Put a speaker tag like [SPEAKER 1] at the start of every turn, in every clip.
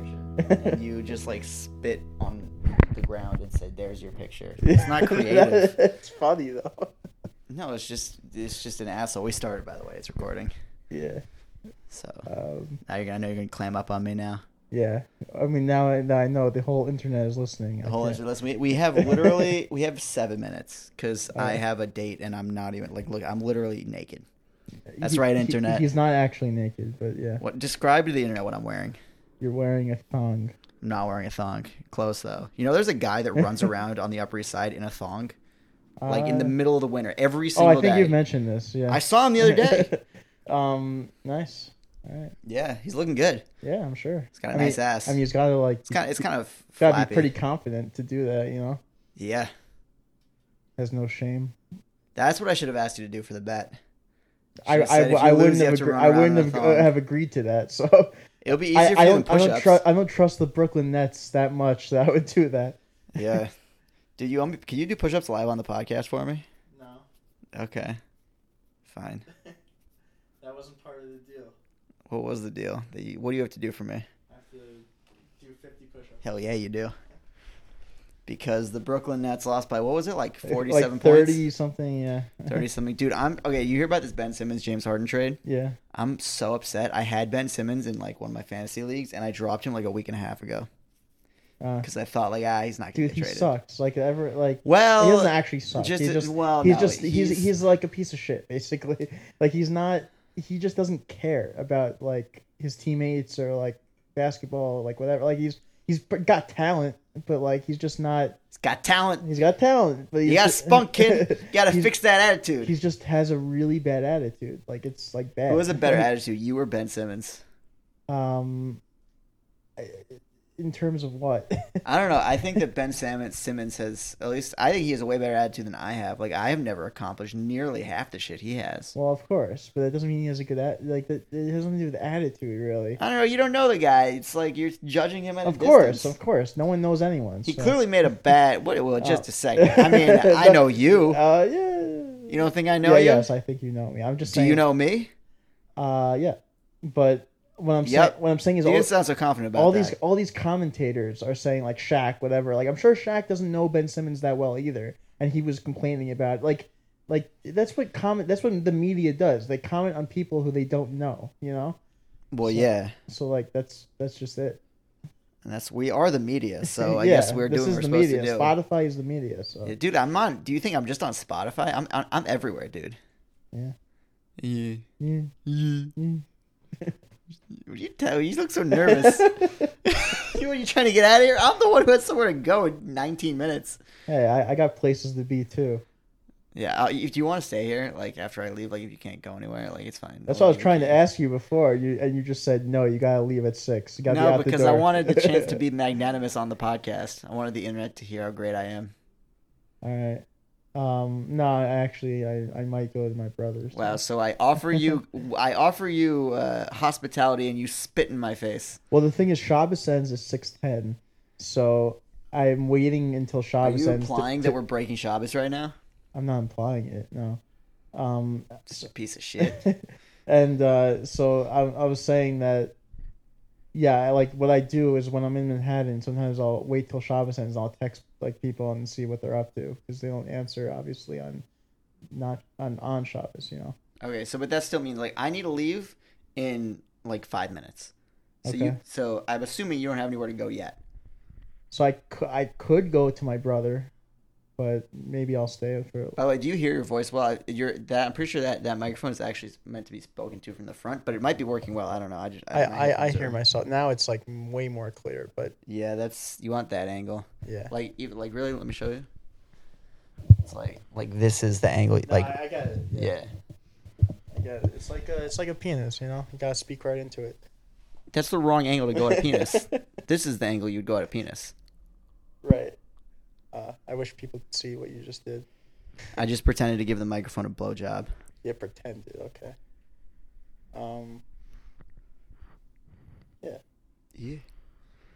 [SPEAKER 1] and you just like spit on the ground and said, "There's your picture." It's not creative.
[SPEAKER 2] it's funny though.
[SPEAKER 1] no, it's just it's just an asshole. We started by the way. It's recording.
[SPEAKER 2] Yeah.
[SPEAKER 1] So
[SPEAKER 2] Um,
[SPEAKER 1] now you're gonna know you're gonna clam up on me now.
[SPEAKER 2] yeah. I mean, now I, now I know the whole internet is listening.
[SPEAKER 1] The whole answer. Listen, we, we have literally we have seven minutes because I
[SPEAKER 2] Alright.
[SPEAKER 1] have a date and I'm not even like look. I'm literally naked. That's right, internet.
[SPEAKER 2] he's not actually naked, but yeah,
[SPEAKER 1] What describe to the internet what I'm wearing?
[SPEAKER 2] you're wearing a thong.
[SPEAKER 1] I'm not wearing a thong. Close though. You know, there's a guy that runs around on the Upper East Side in a thong, like in the
[SPEAKER 2] Uh,
[SPEAKER 1] middle of the winter every
[SPEAKER 2] Oh,
[SPEAKER 1] single
[SPEAKER 2] I think
[SPEAKER 1] day.
[SPEAKER 2] you've mentioned this. Yeah.
[SPEAKER 1] I saw him the other day.
[SPEAKER 2] um. Nice. All right.
[SPEAKER 1] yeah, he's looking good.
[SPEAKER 2] Yeah, I'm sure. He's
[SPEAKER 1] got
[SPEAKER 2] a
[SPEAKER 1] a nice ass.
[SPEAKER 2] I mean, he's got to like.
[SPEAKER 1] It's kind of it's kind of
[SPEAKER 2] Gotta
[SPEAKER 1] flappy.
[SPEAKER 2] be pretty confident to do that, you know.
[SPEAKER 1] Yeah,
[SPEAKER 2] Has no shame.
[SPEAKER 1] that's what I should have asked you to do for the bet.
[SPEAKER 2] I,
[SPEAKER 1] Should've
[SPEAKER 2] I,
[SPEAKER 1] said, "If
[SPEAKER 2] I
[SPEAKER 1] you lose,
[SPEAKER 2] wouldn't
[SPEAKER 1] you
[SPEAKER 2] have
[SPEAKER 1] have to
[SPEAKER 2] agree-
[SPEAKER 1] run
[SPEAKER 2] I
[SPEAKER 1] around
[SPEAKER 2] wouldn't
[SPEAKER 1] in a
[SPEAKER 2] have,
[SPEAKER 1] thong."
[SPEAKER 2] have agreed to that. So
[SPEAKER 1] It'll be easier
[SPEAKER 2] I,
[SPEAKER 1] for
[SPEAKER 2] I
[SPEAKER 1] you than
[SPEAKER 2] don't I don't
[SPEAKER 1] push-ups.
[SPEAKER 2] trust I don't trust the Brooklyn Nets that much that I would do that.
[SPEAKER 1] yeah. Do you want me, can you do push-ups live on the podcast for me?
[SPEAKER 2] No,
[SPEAKER 1] Okay. Fine.
[SPEAKER 2] that wasn't part of the deal.
[SPEAKER 1] What was the deal? That you, what do you have to do for me?
[SPEAKER 2] I have to do 50 push-ups.
[SPEAKER 1] Hell yeah, you do. Because the Brooklyn Nets lost by what was it like forty-seven
[SPEAKER 2] Like 30
[SPEAKER 1] points,
[SPEAKER 2] something, yeah.
[SPEAKER 1] thirty something. Dude, I'm okay. You hear about this Ben Simmons James Harden trade?
[SPEAKER 2] yeah.
[SPEAKER 1] I'm so upset. I had Ben Simmons in like one of my fantasy leagues, and I dropped him like a week and a half ago
[SPEAKER 2] Uh,
[SPEAKER 1] because I thought like ah he's not gonna
[SPEAKER 2] dude,
[SPEAKER 1] get
[SPEAKER 2] he
[SPEAKER 1] traded.
[SPEAKER 2] sucks. Like ever like
[SPEAKER 1] Well,
[SPEAKER 2] he doesn't actually suck.
[SPEAKER 1] just-
[SPEAKER 2] he's just
[SPEAKER 1] well,
[SPEAKER 2] he's
[SPEAKER 1] no,
[SPEAKER 2] just he's, he's
[SPEAKER 1] he's-
[SPEAKER 2] like a piece of shit basically. Like he's not he just doesn't care about like his teammates or like basketball like whatever. Like he's he's got talent, but like he's just not
[SPEAKER 1] he's got talent.
[SPEAKER 2] He's got talent, but he's
[SPEAKER 1] You got spunk, kid. You gotta
[SPEAKER 2] He's-
[SPEAKER 1] fix that attitude.
[SPEAKER 2] He just has a really bad attitude. Like it's like bad.
[SPEAKER 1] Who was a better attitude, you or Ben Simmons?
[SPEAKER 2] Um, I- in terms of what?
[SPEAKER 1] I don't know. I think that Ben Simmons Simmons has at least I think he has a way better attitude than I have. Like I have never accomplished nearly half the shit he has.
[SPEAKER 2] well, of course, but that doesn't mean he has a good at. Like that, it has nothing to do with attitude, really.
[SPEAKER 1] I don't know. You don't know the guy. It's like you're judging him at a
[SPEAKER 2] Of course,
[SPEAKER 1] distance.
[SPEAKER 2] of course, no one knows anyone.
[SPEAKER 1] He
[SPEAKER 2] so-
[SPEAKER 1] clearly made a bad. What? Well, just
[SPEAKER 2] Oh.
[SPEAKER 1] a second. I mean, I know you.
[SPEAKER 2] Uh, yeah.
[SPEAKER 1] You don't think I know
[SPEAKER 2] yeah,
[SPEAKER 1] you?
[SPEAKER 2] yes, I think you know me. I'm just
[SPEAKER 1] Do
[SPEAKER 2] saying.
[SPEAKER 1] you know me?
[SPEAKER 2] Uh, yeah, but what I'm
[SPEAKER 1] Yep.
[SPEAKER 2] saying, what I'm saying is
[SPEAKER 1] You
[SPEAKER 2] all,
[SPEAKER 1] didn't sound so confident about
[SPEAKER 2] all
[SPEAKER 1] that.
[SPEAKER 2] these all these commentators are saying like Shaq, whatever. Like I'm sure Shaq doesn't know Ben Simmons that well either, and he was complaining about it. like like that's what comment that's what the media does. They comment on people who they don't know, you know.
[SPEAKER 1] well, yeah,
[SPEAKER 2] So like that's that's just it.
[SPEAKER 1] and that's we are the media, so I
[SPEAKER 2] Yeah,
[SPEAKER 1] guess we're
[SPEAKER 2] this
[SPEAKER 1] doing
[SPEAKER 2] is
[SPEAKER 1] what we're
[SPEAKER 2] the
[SPEAKER 1] supposed to do.
[SPEAKER 2] media. Spotify is the media. So
[SPEAKER 1] Yeah, dude, I'm on. Do you think I'm just on Spotify? I'm I'm, I'm everywhere, dude.
[SPEAKER 2] Yeah. Mm.
[SPEAKER 1] Yeah.
[SPEAKER 2] yeah,
[SPEAKER 1] Yeah.
[SPEAKER 2] yeah.
[SPEAKER 1] Would you tell? You look so nervous. you, are you trying to get out of here? I'm the one who has somewhere to go in 19 minutes.
[SPEAKER 2] hey, I, I got places to be too.
[SPEAKER 1] Yeah. I'll, if you want to stay here, like after I leave, like if you can't go anywhere, like it's fine.
[SPEAKER 2] That's
[SPEAKER 1] We'll
[SPEAKER 2] what I was
[SPEAKER 1] leave.
[SPEAKER 2] trying to ask you before, you and you just said no. You gotta leave at six. You gotta be
[SPEAKER 1] No,
[SPEAKER 2] out
[SPEAKER 1] because
[SPEAKER 2] the
[SPEAKER 1] I
[SPEAKER 2] door.
[SPEAKER 1] wanted the chance to be magnanimous on the podcast. I wanted the internet to hear how great I am.
[SPEAKER 2] All right. Um, no, I actually, I, I might go to my brother's.
[SPEAKER 1] Wow. So I offer you, I offer you uh, hospitality, and you spit in my face.
[SPEAKER 2] Well, the thing is, Shabbos ends at six ten, so I'm waiting until
[SPEAKER 1] Are
[SPEAKER 2] Shabbos
[SPEAKER 1] you
[SPEAKER 2] ends. to-
[SPEAKER 1] implying
[SPEAKER 2] to-
[SPEAKER 1] that we're breaking Shabbos right now?
[SPEAKER 2] I'm not implying it. No. Um,
[SPEAKER 1] Just a piece of shit.
[SPEAKER 2] and uh, so I, I was saying that. Yeah, I, like what I do is when I'm in Manhattan, sometimes I'll wait till Shabbos ends. And I'll text like people and see what they're up to because they don't answer obviously on, not on on Shabbos, you know.
[SPEAKER 1] Okay, so but that still means like I need to leave in like five minutes. So you,
[SPEAKER 2] Okay.
[SPEAKER 1] so I'm assuming you don't have anywhere to go yet.
[SPEAKER 2] So I, cou- I could go to my brother, but maybe I'll stay for.
[SPEAKER 1] By the way, do you hear your voice well? I- You're that I'm pretty sure that that microphone is actually meant to be spoken to from the front, but it might be working well. I don't know. I just
[SPEAKER 2] I,
[SPEAKER 1] don't know how
[SPEAKER 2] I, I
[SPEAKER 1] it's
[SPEAKER 2] hear
[SPEAKER 1] doing.
[SPEAKER 2] myself now. It's like way more clear, but
[SPEAKER 1] Yeah, that's you want that angle.
[SPEAKER 2] yeah.
[SPEAKER 1] Like even like really, let me show you. It's like like this is the angle. Like
[SPEAKER 2] I, got it.
[SPEAKER 1] yeah,
[SPEAKER 2] I got it. It's like a it's like a penis, you know. You gotta speak right into it.
[SPEAKER 1] that's the wrong angle to go at a penis. this is the angle you'd go at a penis.
[SPEAKER 2] Right. Uh, I wish people could see what you just did.
[SPEAKER 1] I just pretended to give the microphone a blowjob.
[SPEAKER 2] Yeah, pretended. Okay. Um.
[SPEAKER 1] Yeah.
[SPEAKER 2] I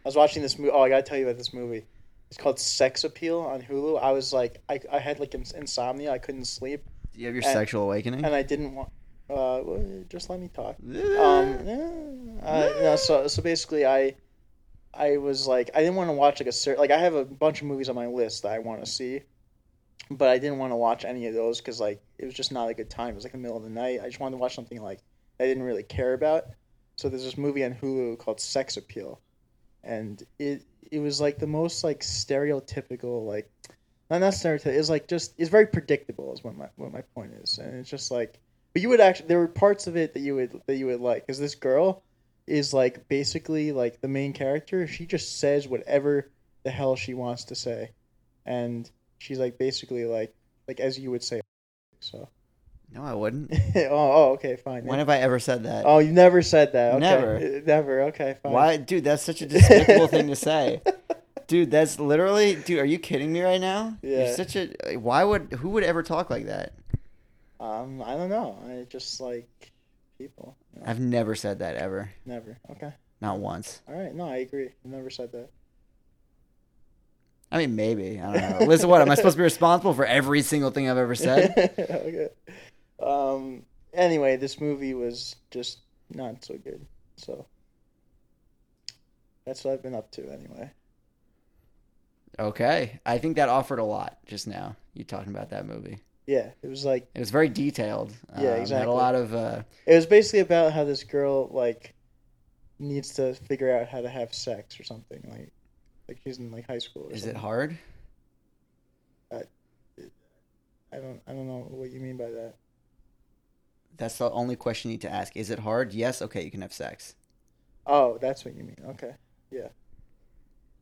[SPEAKER 2] was watching this movie. Oh, I gotta tell you about this movie. It's called Sex Appeal on Hulu. I was like, I, I had like ins- insomnia. I couldn't sleep,
[SPEAKER 1] Do you have your
[SPEAKER 2] And-
[SPEAKER 1] sexual awakening?
[SPEAKER 2] and I didn't want. Uh, well, just let me talk.
[SPEAKER 1] Yeah.
[SPEAKER 2] um yeah, uh, no, so so basically I I was like, I didn't want to watch like a certain like I have a bunch of movies on my list that I want to see, but I didn't want to watch any of those because like it was just not a good time. It was like the middle of the night. I just wanted to watch something like I didn't really care about. So there's this movie on Hulu called Sex Appeal, and it it was like the most like stereotypical like not not stereotypical. It's like just it's very predictable is what my what my point is, and it's just like but you would actually there were parts of it that you would that you would like because this girl is like basically like the main character. She just says whatever the hell she wants to say, and she's like basically like like as you would say. So
[SPEAKER 1] No, I wouldn't.
[SPEAKER 2] oh, oh okay fine.
[SPEAKER 1] When have I ever said that?
[SPEAKER 2] oh you never said that. Okay.
[SPEAKER 1] Never.
[SPEAKER 2] Never. Okay fine.
[SPEAKER 1] Why, dude? That's such a despicable thing to say. Dude, that's literally, dude. Are you kidding me right now?
[SPEAKER 2] Yeah.
[SPEAKER 1] You're such a. Why would who would ever talk like that?
[SPEAKER 2] Um, I don't know. I just like people. No,
[SPEAKER 1] I've never said that ever.
[SPEAKER 2] never. Okay.
[SPEAKER 1] Not once.
[SPEAKER 2] All right. No, I agree. I never said that.
[SPEAKER 1] I mean, maybe. I don't know. Listen, what am I supposed to be responsible for every single thing I've ever said?
[SPEAKER 2] okay. Um. Anyway, this movie was just not so good. So that's what I've been up to. Anyway.
[SPEAKER 1] Okay. I think that offered a lot just now. You talking about that movie?
[SPEAKER 2] Yeah. It was like
[SPEAKER 1] It was very detailed. Um,
[SPEAKER 2] Yeah,
[SPEAKER 1] Had a
[SPEAKER 2] exactly.
[SPEAKER 1] lot of. Uh,
[SPEAKER 2] it was basically about how this girl like needs to figure out how to have sex or something like like she's in like high school. Or
[SPEAKER 1] is it
[SPEAKER 2] something.
[SPEAKER 1] hard?
[SPEAKER 2] I don't. I don't know what you mean by that.
[SPEAKER 1] That's the only question you need to ask. Is it hard? Yes. Okay, you can have sex.
[SPEAKER 2] Oh, that's what you mean. Okay. Yeah.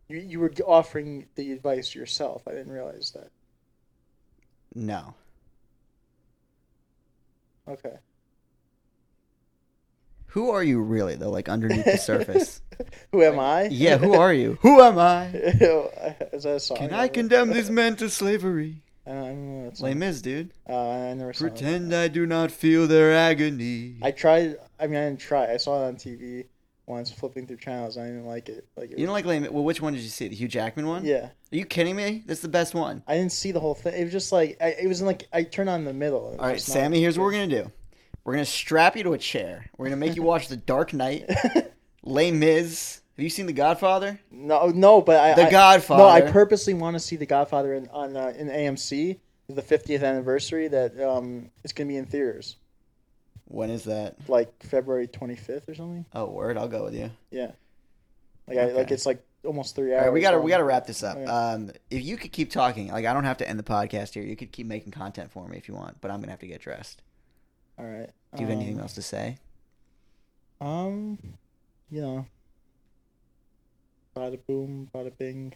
[SPEAKER 2] You you were g- offering the advice yourself. I didn't realize that.
[SPEAKER 1] No.
[SPEAKER 2] Okay.
[SPEAKER 1] Who are you really though? Like underneath the surface.
[SPEAKER 2] who am I?
[SPEAKER 1] Yeah, who are you? Who am I?
[SPEAKER 2] Is that a song?
[SPEAKER 1] Can I condemn these men to slavery?
[SPEAKER 2] I don't, I don't know. That song.
[SPEAKER 1] Lame is, dude.
[SPEAKER 2] Uh, I never saw it.
[SPEAKER 1] Pretend I do not feel their agony.
[SPEAKER 2] I tried. I mean, I didn't try. I saw it on TV once, flipping through channels. I didn't like it. Like it
[SPEAKER 1] You didn't like Lame? Well, which one did you see? The Hugh Jackman one?
[SPEAKER 2] Yeah,
[SPEAKER 1] Are you kidding me? That's the best one.
[SPEAKER 2] I didn't see the whole thing. It was just like I, it was in like I turned on the middle.
[SPEAKER 1] All right, Sammy. Here's what we're gonna do. We're gonna strap you to a chair. We're gonna make you watch The Dark Knight,
[SPEAKER 2] gonna.
[SPEAKER 1] Les Mis. Have you seen The Godfather?
[SPEAKER 2] no, no, but I.
[SPEAKER 1] The
[SPEAKER 2] I-
[SPEAKER 1] Godfather.
[SPEAKER 2] No, I purposely want to see The Godfather in, on uh, in AMC the 50th anniversary that um it's gonna be in theaters
[SPEAKER 1] When is that?
[SPEAKER 2] like February 25th or something.
[SPEAKER 1] Oh, word. I'll go with you.
[SPEAKER 2] Yeah, like I,
[SPEAKER 1] Okay.
[SPEAKER 2] like it's like almost three hours.
[SPEAKER 1] All right, we gotta
[SPEAKER 2] long.
[SPEAKER 1] we gotta wrap this up.
[SPEAKER 2] Okay.
[SPEAKER 1] Um, if you could keep talking, like I don't have to end the podcast here. You could keep making content for me if you want, but I'm gonna have to get dressed.
[SPEAKER 2] All right.
[SPEAKER 1] Do you have anything
[SPEAKER 2] Um,
[SPEAKER 1] else to say?
[SPEAKER 2] Um, you know, bada boom, bada bing,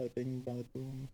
[SPEAKER 2] bada bing, bada boom.